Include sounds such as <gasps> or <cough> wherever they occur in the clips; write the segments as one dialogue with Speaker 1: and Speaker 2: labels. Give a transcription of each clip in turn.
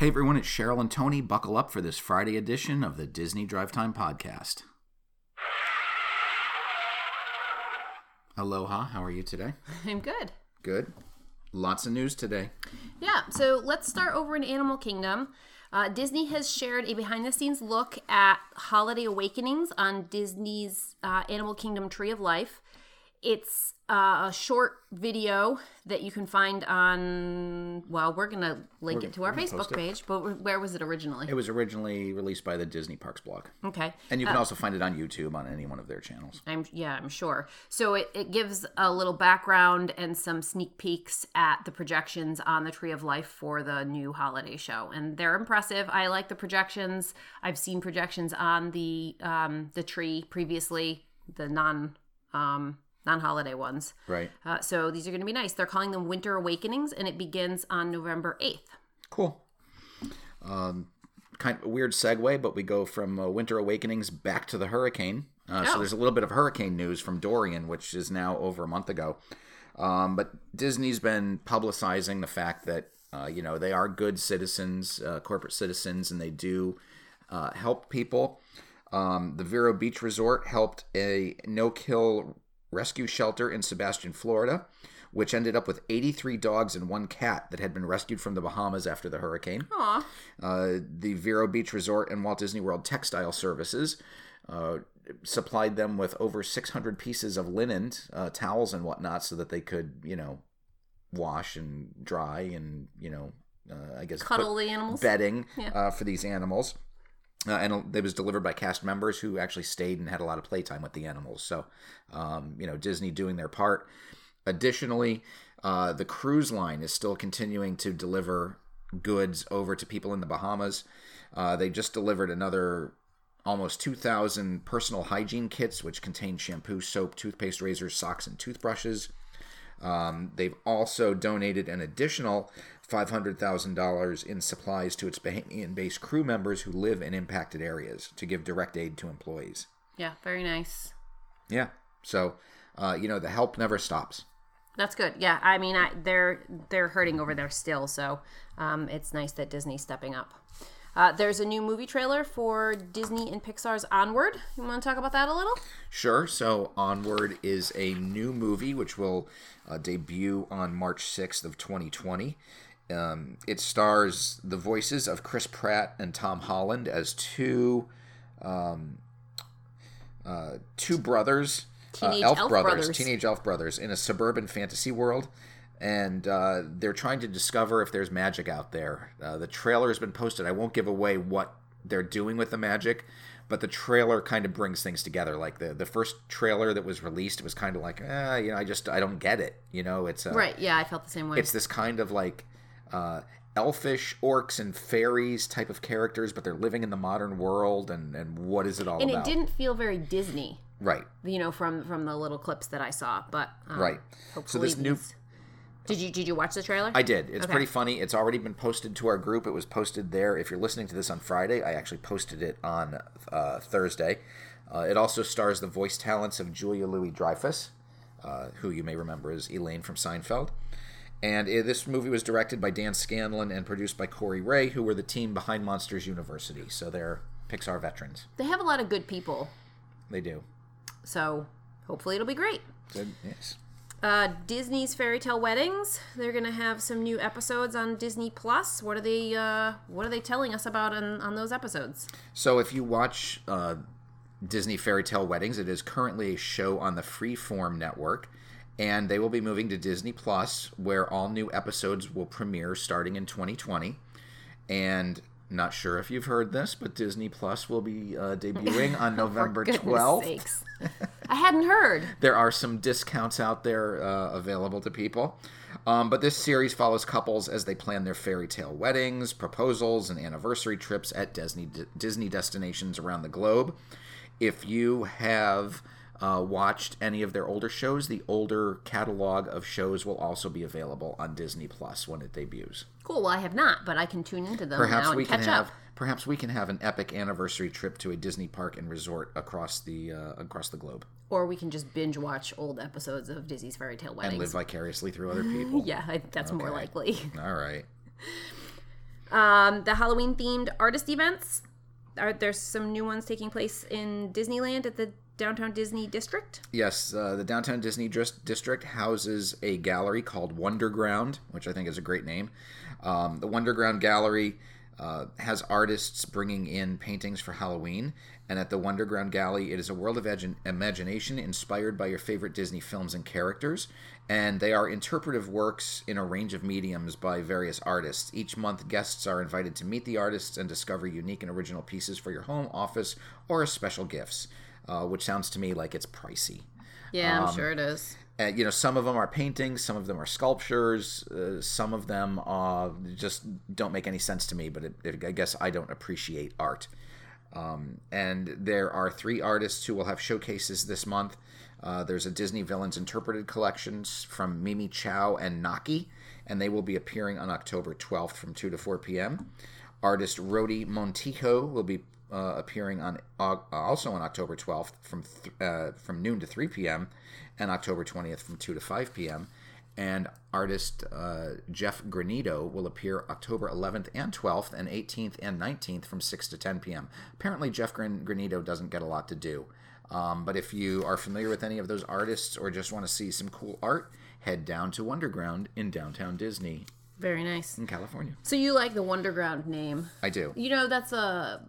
Speaker 1: Hey everyone, it's Cheryl and Tony. Buckle up for this Friday edition of the Disney Drive Time Podcast. Aloha, how are you today?
Speaker 2: I'm good.
Speaker 1: Good. Lots of news today.
Speaker 2: Yeah, so let's start over in Animal Kingdom. Uh, Disney has shared a behind the scenes look at Holiday Awakenings on Disney's uh, Animal Kingdom Tree of Life. It's uh, a short video that you can find on, well, we're going to link it to our
Speaker 1: post
Speaker 2: Facebook
Speaker 1: it.
Speaker 2: page, but where was it originally?
Speaker 1: It was originally released by the Disney Parks blog,
Speaker 2: Okay.
Speaker 1: and you can also find it on YouTube on any one of their channels.
Speaker 2: I'm yeah, I'm sure. So it, it gives a little background and some sneak peeks at the projections on the Tree of Life for the new holiday show, and they're impressive. I like the projections. I've seen projections on the um, the tree previously, the non um, non holiday ones.
Speaker 1: Right.
Speaker 2: Uh, so these are going to be nice. They're calling them Winter Awakenings, and it begins on November eighth.
Speaker 1: Cool. Um, kind of a weird segue, but we go from uh, Winter Awakenings back to the hurricane. Uh, So
Speaker 2: Oh.
Speaker 1: there's a little bit of hurricane news from Dorian, which is now over a month ago. Um, but Disney's been publicizing the fact that uh, you know they are good citizens, uh, corporate citizens, and they do uh, help people. Um, the Vero Beach Resort helped a no kill rescue shelter in Sebastian, Florida, which ended up with 83 dogs and one cat that had been rescued from the Bahamas after the hurricane.
Speaker 2: Aw,
Speaker 1: Uh, the Vero Beach Resort and Walt Disney World Textile Services uh, supplied them with over 600 pieces of linen, uh, towels, and whatnot, so that they could, you know, wash and dry and, you know, uh, I guess put-
Speaker 2: cuddle the animals.
Speaker 1: bedding
Speaker 2: Yeah.
Speaker 1: uh, for these animals. Uh, and it was delivered by cast members who actually stayed and had a lot of playtime with the animals. So, um, you know, Disney doing their part. Additionally, uh, the cruise line is still continuing to deliver goods over to people in the Bahamas. Uh, they just delivered another almost 2,000 personal hygiene kits, which contain shampoo, soap, toothpaste, razors, socks, and toothbrushes. They've also donated an additional $500,000 in supplies to its Bahamian based crew members who live in impacted areas to give direct aid to employees.
Speaker 2: Yeah, very nice.
Speaker 1: Yeah. So, uh, you know, the help never stops.
Speaker 2: That's good. Yeah, I mean, I, they're they're hurting over there still, so um, it's nice that Disney's stepping up. Uh, there's a new movie trailer for Disney and Pixar's Onward. You want to talk about that a little?
Speaker 1: Sure. So, Onward is a new movie which will uh, debut on March 6th of 2020. Um, it stars the voices of Chris Pratt and Tom Holland as two um, uh, two brothers,
Speaker 2: Teenage elf brothers.
Speaker 1: teenage elf brothers, in a suburban fantasy world, and uh, they're trying to discover if there's magic out there. Uh, the trailer has been posted. I won't give away what they're doing with the magic, but the trailer kind of brings things together. Like the the first trailer that was released was kind of like, ah, you know, I just I don't get it. You know, it's uh,
Speaker 2: Right. Yeah, I felt the same way.
Speaker 1: it's this kind of like uh, elfish orcs and fairies type of characters, but they're living in the modern world, and and what is it all
Speaker 2: and it
Speaker 1: about?
Speaker 2: didn't feel very Disney,
Speaker 1: right,
Speaker 2: you know, from from the little clips that I saw. But um,
Speaker 1: right. so
Speaker 2: Hopefully
Speaker 1: this new
Speaker 2: these- Did you did you watch the trailer?
Speaker 1: I did. It's
Speaker 2: Okay.
Speaker 1: pretty funny. It's already been posted to our group. It was posted there. If you're listening to this on Friday, I actually posted it on uh, Thursday. Uh, it also stars the voice talents of Julia Louis Dreyfus, uh, who you may remember as Elaine from Seinfeld. And uh, this movie was directed by Dan Scanlon and produced by Corey Ray, who were the team behind Monsters University. So they're Pixar veterans.
Speaker 2: They have a lot of good people,
Speaker 1: They do.
Speaker 2: so hopefully it'll be great.
Speaker 1: Good. Yes.
Speaker 2: Uh, Disney's Fairy Tale Weddings. They're gonna have some new episodes on Disney Plus. What are they? Uh, what are they telling us about on, on those episodes?
Speaker 1: So if you watch uh, Disney Fairy Tale Weddings, it is currently a show on the Freeform network, and they will be moving to Disney Plus, where all new episodes will premiere starting in 2020. And not sure if you've heard this, but Disney Plus will be uh, debuting on November
Speaker 2: Goodness
Speaker 1: 12th. <laughs>
Speaker 2: sakes. I hadn't heard.
Speaker 1: There are some discounts out there uh, available to people. Um, but this series follows couples as they plan their fairy tale weddings, proposals, and anniversary trips at Disney Disney destinations around the globe. If you have uh, watched any of their older shows, the older catalog of shows will also be available on Disney Plus when it debuts.
Speaker 2: Cool. Well, I have not, but I can tune into them
Speaker 1: Perhaps
Speaker 2: now
Speaker 1: we
Speaker 2: and catch
Speaker 1: can have
Speaker 2: up.
Speaker 1: perhaps we can have an epic anniversary trip to a Disney park and resort across the uh, across the globe
Speaker 2: Or we can just binge watch old episodes of Disney's Fairy Tale Weddings. <laughs>
Speaker 1: and live vicariously through other people.
Speaker 2: yeah, I, that's more likely.
Speaker 1: All right.
Speaker 2: <laughs> Um, the Halloween themed artist events. Are, there's some new ones taking place in Disneyland at the Downtown Disney District.
Speaker 1: Yes, uh, the downtown Disney Dris- district houses a gallery called Wonderground, which I think is a great name. Um, the Wonderground Gallery uh, has artists bringing in paintings for Halloween, and at the Wonderground Gallery, it is a world of ed- imagination inspired by your favorite Disney films and characters, and they are interpretive works in a range of mediums by various artists. Each month, guests are invited to meet the artists and discover unique and original pieces for your home, office, or as special gifts uh, which sounds to me like it's pricey.
Speaker 2: Yeah, I'm
Speaker 1: Um,
Speaker 2: sure it is.
Speaker 1: And, you know, some of them are paintings, some of them are sculptures, uh, some of them uh, just don't make any sense to me, but it, it, I guess I don't appreciate art. Um, and there are three artists who will have showcases this month. Uh, there's a Disney Villains Interpreted collections from Mimi Chow and Naki, and they will be appearing on October 12th from 2 to 4 p.m. Artist Rodi Montijo will be uh, appearing on uh, also on October 12th from th- uh, from noon to 3 p.m. and October 20th from 2 to 5 p.m. And artist uh, Jeff Granito will appear October 11th and 12th and 18th and 19th from 6 to 10 p.m. Apparently, Jeff Gran- Granito doesn't get a lot to do. Um, but if you are familiar with any of those artists or just want to see some cool art, head down to Wonderground in downtown Disney
Speaker 2: Very nice.
Speaker 1: in California.
Speaker 2: So you like the Wonderground name?
Speaker 1: I do.
Speaker 2: You know that's a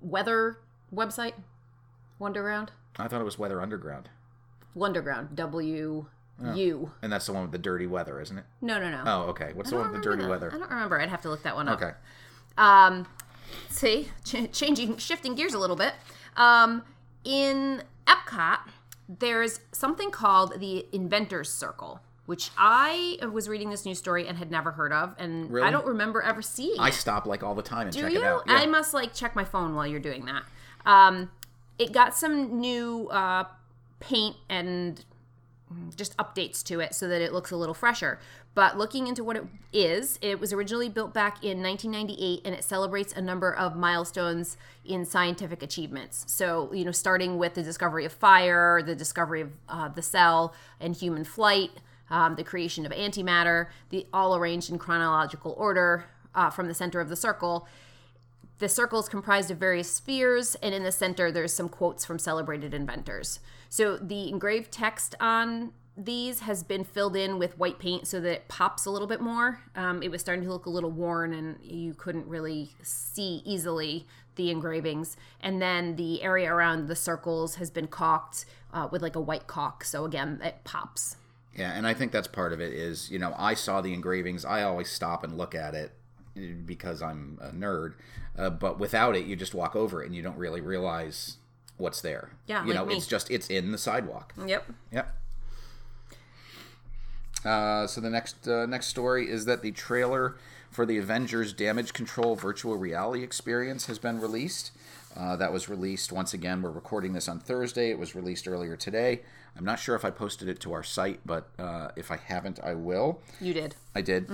Speaker 2: weather website. Wonderground.
Speaker 1: I thought it was Weather Underground.
Speaker 2: Wonderground. W U.
Speaker 1: And that's the one with the dirty weather, isn't it?
Speaker 2: No, no, no.
Speaker 1: Oh, okay. What's the
Speaker 2: I
Speaker 1: one
Speaker 2: don't
Speaker 1: with the
Speaker 2: remember
Speaker 1: dirty
Speaker 2: that. I
Speaker 1: weather?
Speaker 2: don't remember. I'd have to look that one up.
Speaker 1: Okay.
Speaker 2: Um, see, ch- changing, shifting gears a little bit. Um, in Epcot, there's something called the Inventors Circle, which I was reading this news story and had never heard of, and
Speaker 1: Really?
Speaker 2: I don't remember ever seeing.
Speaker 1: I
Speaker 2: it.
Speaker 1: stop like all the time and
Speaker 2: Do
Speaker 1: check
Speaker 2: you?
Speaker 1: it out.
Speaker 2: I must like check my phone while you're doing that. Um, it got some new uh, paint and just updates to it so that it looks a little fresher. But looking into what it is, it was originally built back in 1998 and it celebrates a number of milestones in scientific achievements. So, you know, starting with the discovery of fire, the discovery of uh, the cell and human flight, um, the creation of antimatter, the all arranged in chronological order uh, from the center of the circle. The circle is comprised of various spheres, and in the center, there's some quotes from celebrated inventors. So the engraved text on these has been filled in with white paint so that it pops a little bit more. Um, it was starting to look a little worn, and you couldn't really see easily the engravings. And then the area around the circles has been caulked uh, with like a white caulk, so again, it pops.
Speaker 1: Yeah, and I think that's part of it is, you know, I saw the engravings. I always stop and look at it because I'm a nerd. Uh, but without it, you just walk over it and you don't really realize what's there.
Speaker 2: Yeah,
Speaker 1: You
Speaker 2: like
Speaker 1: know,
Speaker 2: me.
Speaker 1: it's just, it's in the sidewalk.
Speaker 2: Yep.
Speaker 1: Yep. Uh, so the next uh, next story is that the trailer for the Avengers Damage Control virtual reality experience has been released. Uh, that was released once again. We're recording this on Thursday. It was released earlier today. I'm not sure if I posted it to our site, but uh, if I haven't, I will.
Speaker 2: You did.
Speaker 1: I did.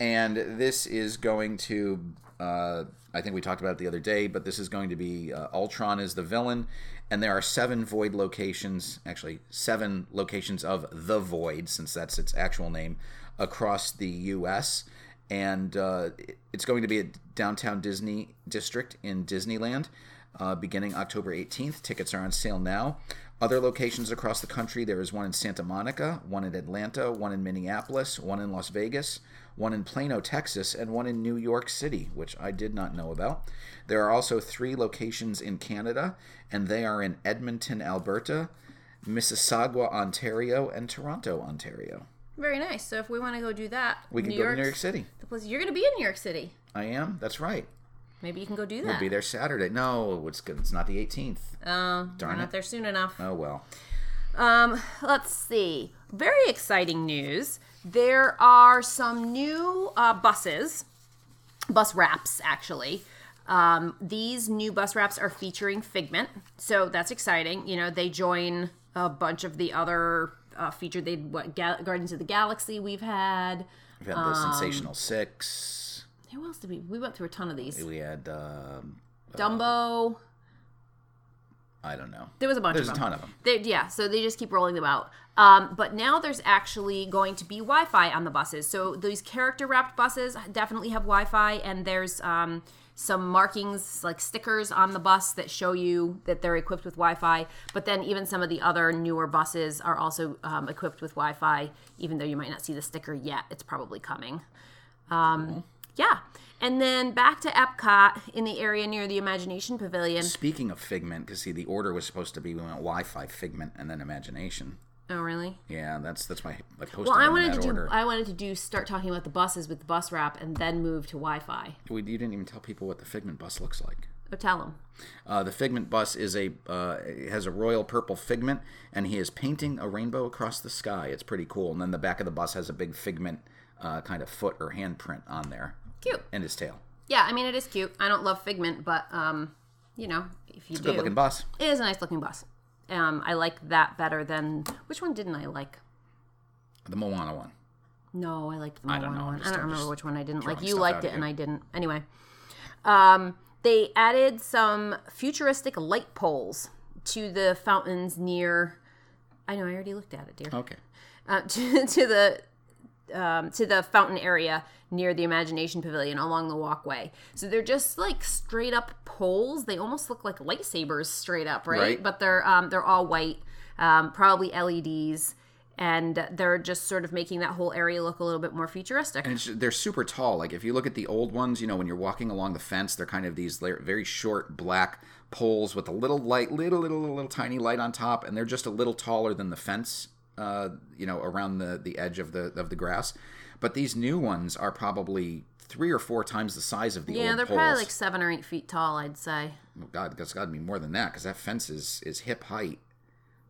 Speaker 1: And this is going to, uh, I think we talked about it the other day, but this is going to be uh, Ultron is the villain. And there are seven void locations, actually, seven locations of the void, since that's its actual name, across the U.S. And uh, it- it's going to be at downtown Disney District in Disneyland. Uh, beginning October 18th, tickets are on sale now. Other locations across the country there is one in Santa Monica, one in Atlanta, one in Minneapolis, one in Las Vegas, one in Plano, Texas, and one in New York City, which I did not know about. There are also three locations in Canada, and they are in Edmonton, Alberta, Mississauga, Ontario, and Toronto, Ontario.
Speaker 2: Very nice. So if we want to go do that,
Speaker 1: We can go to New York City.
Speaker 2: The place you're going to be in New York City.
Speaker 1: I am. That's right.
Speaker 2: Maybe you can go do that.
Speaker 1: We'll be there Saturday. No, it's good. It's not the 18th.
Speaker 2: Oh,
Speaker 1: Darn
Speaker 2: we're
Speaker 1: it.
Speaker 2: not there soon enough.
Speaker 1: Oh well.
Speaker 2: Um, let's see. Very exciting news. There are some new uh, buses, bus wraps actually. Um, these new bus wraps are featuring Figment, so that's exciting. You know, they join a bunch of the other uh, featured. They what Gal- Guardians of the Galaxy we've had.
Speaker 1: We've had the Sensational
Speaker 2: Um,
Speaker 1: Six.
Speaker 2: Who else did
Speaker 1: uh,
Speaker 2: we? We went through a ton of these.
Speaker 1: We had um,
Speaker 2: Dumbo.
Speaker 1: I don't know.
Speaker 2: There was a bunch
Speaker 1: There's
Speaker 2: of
Speaker 1: a
Speaker 2: them.
Speaker 1: ton of them.
Speaker 2: They, yeah, so they just keep rolling them out. Um, but now there's actually going to be Wi Fi on the buses. So these character wrapped buses definitely have Wi Fi, and there's um, some markings like stickers on the bus that show you that they're equipped with Wi Fi. But then even some of the other newer buses are also um, equipped with Wi Fi, even though you might not see the sticker yet. It's probably coming. Um, Yeah. And then back to Epcot in the area near the Imagination Pavilion.
Speaker 1: Speaking of Figment, because see, the order was supposed to be we went Wi-Fi, Figment, and then Imagination.
Speaker 2: Oh, really?
Speaker 1: Yeah, that's that's my I posted
Speaker 2: Well, I
Speaker 1: in
Speaker 2: wanted
Speaker 1: that
Speaker 2: to do.
Speaker 1: order.
Speaker 2: I wanted to do start talking about the buses with the bus wrap, and then move to Wi-Fi.
Speaker 1: we, you didn't even tell people what the Figment bus looks like.
Speaker 2: Oh, tell them.
Speaker 1: Uh, the Figment bus is a uh, it has a royal purple figment, and he is painting a rainbow across the sky. It's pretty cool. And then the back of the bus has a big figment uh, kind of foot or handprint on there,
Speaker 2: Cute.
Speaker 1: and his tail.
Speaker 2: Yeah, I mean it is cute. I don't love Figment, but um, you know, if you do,
Speaker 1: Good looking bus.
Speaker 2: it is a nice looking bus. Um, I like that better than which one didn't I like?
Speaker 1: The Moana one.
Speaker 2: No, I liked the Moana
Speaker 1: don't know. I'm
Speaker 2: one. I
Speaker 1: just- I'm
Speaker 2: don't remember
Speaker 1: just
Speaker 2: which one I didn't like.
Speaker 1: throwing
Speaker 2: You
Speaker 1: stuff
Speaker 2: liked
Speaker 1: out
Speaker 2: it
Speaker 1: at
Speaker 2: and
Speaker 1: you.
Speaker 2: I didn't. Anyway, um, they added some futuristic light poles to the fountains near. I know I already looked at it, dear.
Speaker 1: Okay.
Speaker 2: uh, <laughs> to, to the um, to the fountain area near the imagination pavilion along the walkway so they're just like straight up poles they almost look like lightsabers straight up right,
Speaker 1: Right.
Speaker 2: but they're um, they're all white um, probably leds and they're just sort of making that whole area look a little bit more futuristic
Speaker 1: And it's, they're super tall. Like if you look at the old ones, you know, when you're walking along the fence, they're kind of these la- very short black poles with a little light, little, little, little, little tiny light on top, and they're just a little taller than the fence, uh, you know, around the the edge of the of the grass. But these new ones are probably three or four times the size of the
Speaker 2: yeah
Speaker 1: old
Speaker 2: they're
Speaker 1: poles.
Speaker 2: probably like seven or eight feet tall i'd say
Speaker 1: oh, God, that's got to be more than that because that fence is is hip height.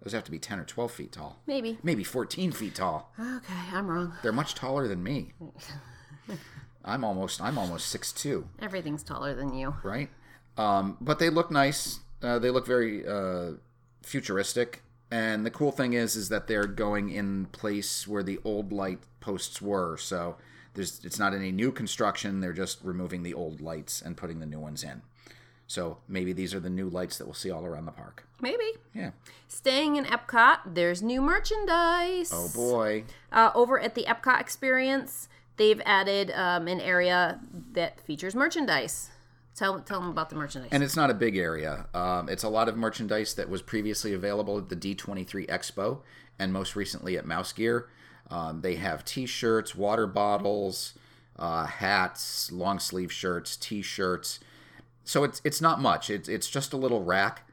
Speaker 1: Those have to be ten or twelve feet tall,
Speaker 2: maybe
Speaker 1: maybe fourteen feet tall.
Speaker 2: okay i'm wrong
Speaker 1: They're much taller than me. I'm almost I'm almost six two.
Speaker 2: everything's taller than you
Speaker 1: right? Um, but they look nice. Uh, they look very uh, futuristic. And the cool thing is, is that they're going in place where the old light posts were. So there's it's not any new construction. They're just removing the old lights and putting the new ones in. So maybe these are the new lights that we'll see all around the park.
Speaker 2: maybe
Speaker 1: Yeah.
Speaker 2: staying in epcot there's new merchandise
Speaker 1: Oh boy.
Speaker 2: Uh, over at the Epcot Experience, they've added um, an area that features merchandise. Tell tell them about the merchandise.
Speaker 1: And it's not a big area. Um, it's a lot of merchandise that was previously available at the D23 Expo and most recently at Mouse Gear. Um, they have t shirts, water bottles, uh, hats, long sleeve shirts, t shirts. So it's it's not much. It's, it's just a little rack.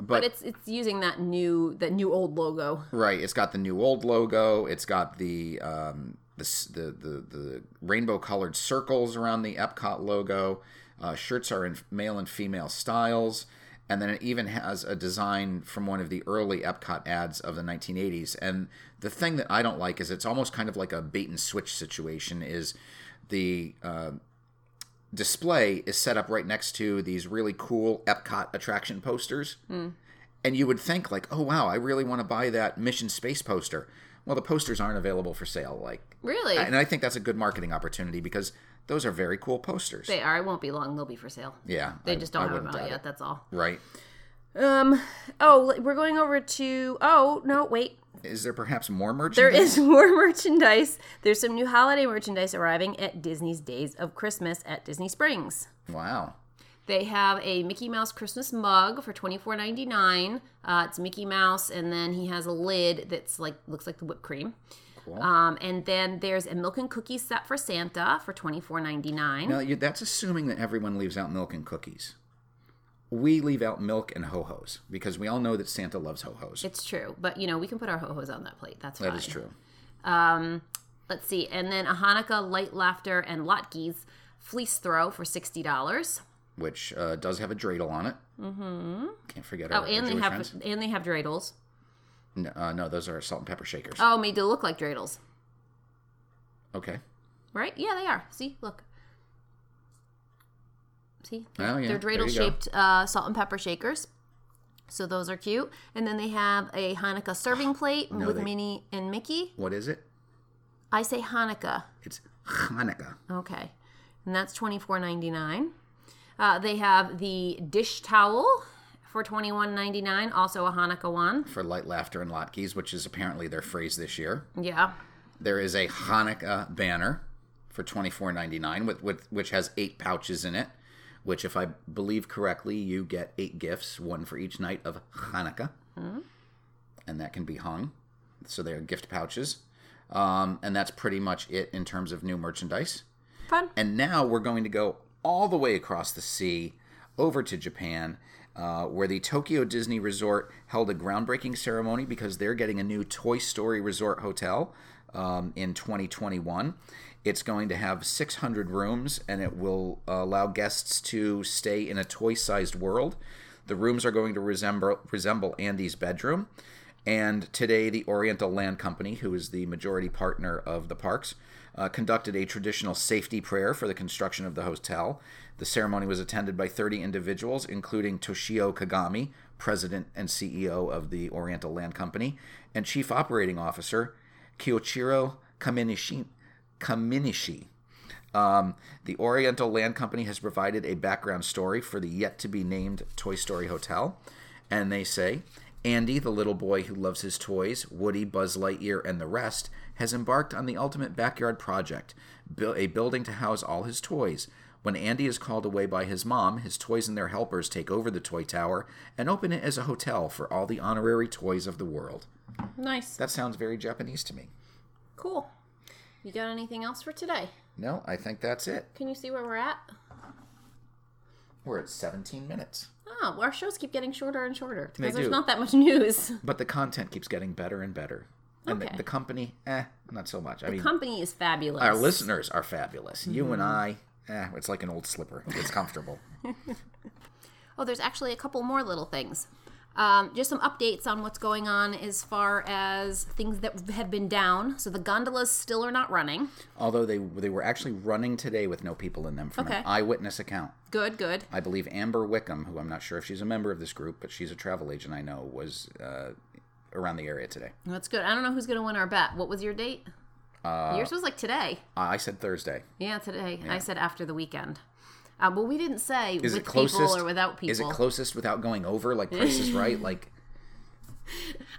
Speaker 2: but it's it's using that new that new old logo.
Speaker 1: Right. It's got the new old logo. It's got the um, the s- the the, the rainbow colored circles around the Epcot logo. Uh, shirts are in male and female styles, and then it even has a design from one of the early Epcot ads of the 1980s. And the thing that I don't like is it's almost kind of like a bait and switch situation. Is the uh, display is set up right next to these really cool Epcot attraction posters and you would think like oh wow i really want to buy that mission space poster well the posters aren't available for sale like
Speaker 2: Really,
Speaker 1: and i think that's a good marketing opportunity because those are very cool posters
Speaker 2: they are. It won't be long. They'll be for sale.
Speaker 1: yeah
Speaker 2: They just don't have them
Speaker 1: wouldn't
Speaker 2: out
Speaker 1: doubt
Speaker 2: yet.
Speaker 1: it.
Speaker 2: That's all.
Speaker 1: right
Speaker 2: Um. Oh, we're going over to. Oh no, wait.
Speaker 1: is there perhaps more
Speaker 2: There
Speaker 1: merchandise
Speaker 2: is <laughs> more merchandise. There's some new holiday merchandise arriving at Disney's Days of Christmas at Disney Springs.
Speaker 1: wow
Speaker 2: They have a Mickey Mouse Christmas mug for twenty four ninety nine. Uh, it's Mickey Mouse, and then he has a lid that's like looks like the whipped cream.
Speaker 1: Cool.
Speaker 2: Um, and then there's a milk and cookie set for Santa for twenty four ninety nine.
Speaker 1: now you, that's assuming that everyone leaves out milk and cookies we leave out milk and ho-hos because we all know that santa loves ho-hos
Speaker 2: It's true, but you know we can put our ho hos on that plate. That's fine. Um,
Speaker 1: that is true
Speaker 2: Let's see, and then a Hanukkah light laughter and latkes fleece throw for sixty dollars.
Speaker 1: which uh, does have a dreidel on it mm-hmm can't forget
Speaker 2: Oh,
Speaker 1: our,
Speaker 2: and they
Speaker 1: Jewish
Speaker 2: have
Speaker 1: friends.
Speaker 2: and they have dreidels.
Speaker 1: No, uh, no those are salt and pepper shakers
Speaker 2: Oh, made to look like dreidels,
Speaker 1: okay
Speaker 2: right? Yeah, they are. See, look. See,
Speaker 1: oh yeah
Speaker 2: They're
Speaker 1: there you go.
Speaker 2: dreidel shaped uh, salt and pepper shakers. So those are cute. And then they have a
Speaker 1: <gasps>
Speaker 2: Hanukkah serving plate
Speaker 1: No,
Speaker 2: with
Speaker 1: they-
Speaker 2: Minnie and Mickey.
Speaker 1: What is it?
Speaker 2: I say Hanukkah.
Speaker 1: It's Hanukkah.
Speaker 2: Okay. And that's twenty four ninety nine. Uh, they have the dish towel for twenty one ninety nine. Also a Hanukkah one.
Speaker 1: for light laughter and latkes, which is apparently their phrase this year.
Speaker 2: Yeah.
Speaker 1: There is a Hanukkah banner for twenty four ninety nine, with, with which has eight pouches in it. Which, if I believe correctly, you get eight gifts, one for each night of Hanukkah, and that can be hung. So they are gift pouches, um, and that's pretty much it in terms of new merchandise.
Speaker 2: Fun.
Speaker 1: And now we're going to go all the way across the sea over to Japan, uh, where the Tokyo Disney Resort held a groundbreaking ceremony because they're getting a new Toy Story Resort hotel um, in 2021. It's going to have 600 rooms and it will allow guests to stay in a toy sized world. The rooms are going to resemble, resemble Andy's bedroom. And today, the Oriental Land Company, who is the majority partner of the parks, uh, conducted a traditional safety prayer for the construction of the hotel. The ceremony was attended by 30 individuals, including Toshio Kagami, president and CEO of the Oriental Land Company, and chief operating officer Kyoichiro Kaminishi. Kaminishi. Um, the Oriental Land Company has provided a background story for the yet to be named Toy Story Hotel. And they say Andy, the little boy who loves his toys, Woody, Buzz Lightyear, and the rest, has embarked on the ultimate backyard project bu- a building to house all his toys. When Andy is called away by his mom, his toys and their helpers take over the toy tower and open it as a hotel for all the honorary toys of the world.
Speaker 2: Nice.
Speaker 1: That sounds very Japanese to me.
Speaker 2: Cool. You got anything else for today?
Speaker 1: No, I think that's it.
Speaker 2: Can you see where we're at?
Speaker 1: We're at 17 minutes.
Speaker 2: Oh, our shows keep getting shorter and shorter
Speaker 1: They
Speaker 2: because there's
Speaker 1: do.
Speaker 2: not that much news.
Speaker 1: But the content keeps getting better and better. And
Speaker 2: Okay.
Speaker 1: the, the company, eh, not so much. I mean,
Speaker 2: Company is fabulous.
Speaker 1: our listeners are fabulous. You and I,
Speaker 2: Mm-hmm.
Speaker 1: eh, it's like an old slipper. It's comfortable.
Speaker 2: Oh, there's actually a couple more little things. Um, just some updates on what's going on as far as things that have been down. So the gondolas still are not running.
Speaker 1: Although they they were actually running today with no people in them from
Speaker 2: Okay.
Speaker 1: an eyewitness account.
Speaker 2: Good, good.
Speaker 1: I believe Amber Wickham, who I'm not sure if she's a member of this group, but she's a travel agent I know, was uh, around the area today.
Speaker 2: That's good. I don't know who's going to win our bet. What was your date? Uh, Yours was like today.
Speaker 1: I said Thursday.
Speaker 2: Yeah, today. I said after the weekend. Uh, but we didn't say
Speaker 1: Is
Speaker 2: with
Speaker 1: it closest
Speaker 2: people or without people.
Speaker 1: Is it closest without going over like Price is
Speaker 2: <laughs>
Speaker 1: Right? Like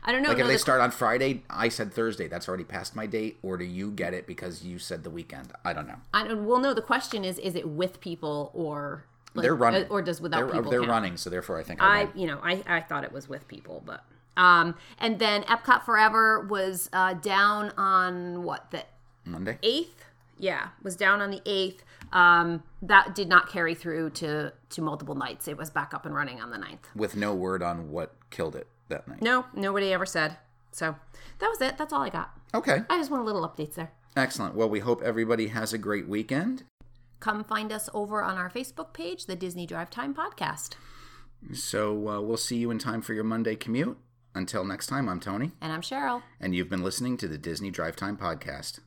Speaker 2: I don't know.
Speaker 1: like
Speaker 2: no,
Speaker 1: if they
Speaker 2: the-
Speaker 1: start on Friday, I said Thursday. That's already past my date. Or do you get it because you said the weekend? I don't know.
Speaker 2: I don't, well, no. The question is: Is it with people or like,
Speaker 1: They're running,
Speaker 2: or does without
Speaker 1: they're, uh,
Speaker 2: people?
Speaker 1: They're
Speaker 2: count?
Speaker 1: running, so therefore I think I,
Speaker 2: I
Speaker 1: won.
Speaker 2: you know I, I thought it was with people, but um and then Epcot Forever was uh, down on what the
Speaker 1: Monday.
Speaker 2: eighth yeah was down on the eighth um that did not carry through to to multiple nights it was back up and running on the ninth
Speaker 1: with no word on what killed it that night.
Speaker 2: no nobody ever said so that was it that's all I got
Speaker 1: Okay.
Speaker 2: I just want little updates there
Speaker 1: Excellent. Well, we hope everybody has a great weekend.
Speaker 2: come find us over on our Facebook page the Disney Drive Time podcast
Speaker 1: So uh, we'll see you in time for your Monday commute. Until next time, I'm Tony,
Speaker 2: and I'm Cheryl
Speaker 1: and you've been listening to the Disney Drive Time Podcast.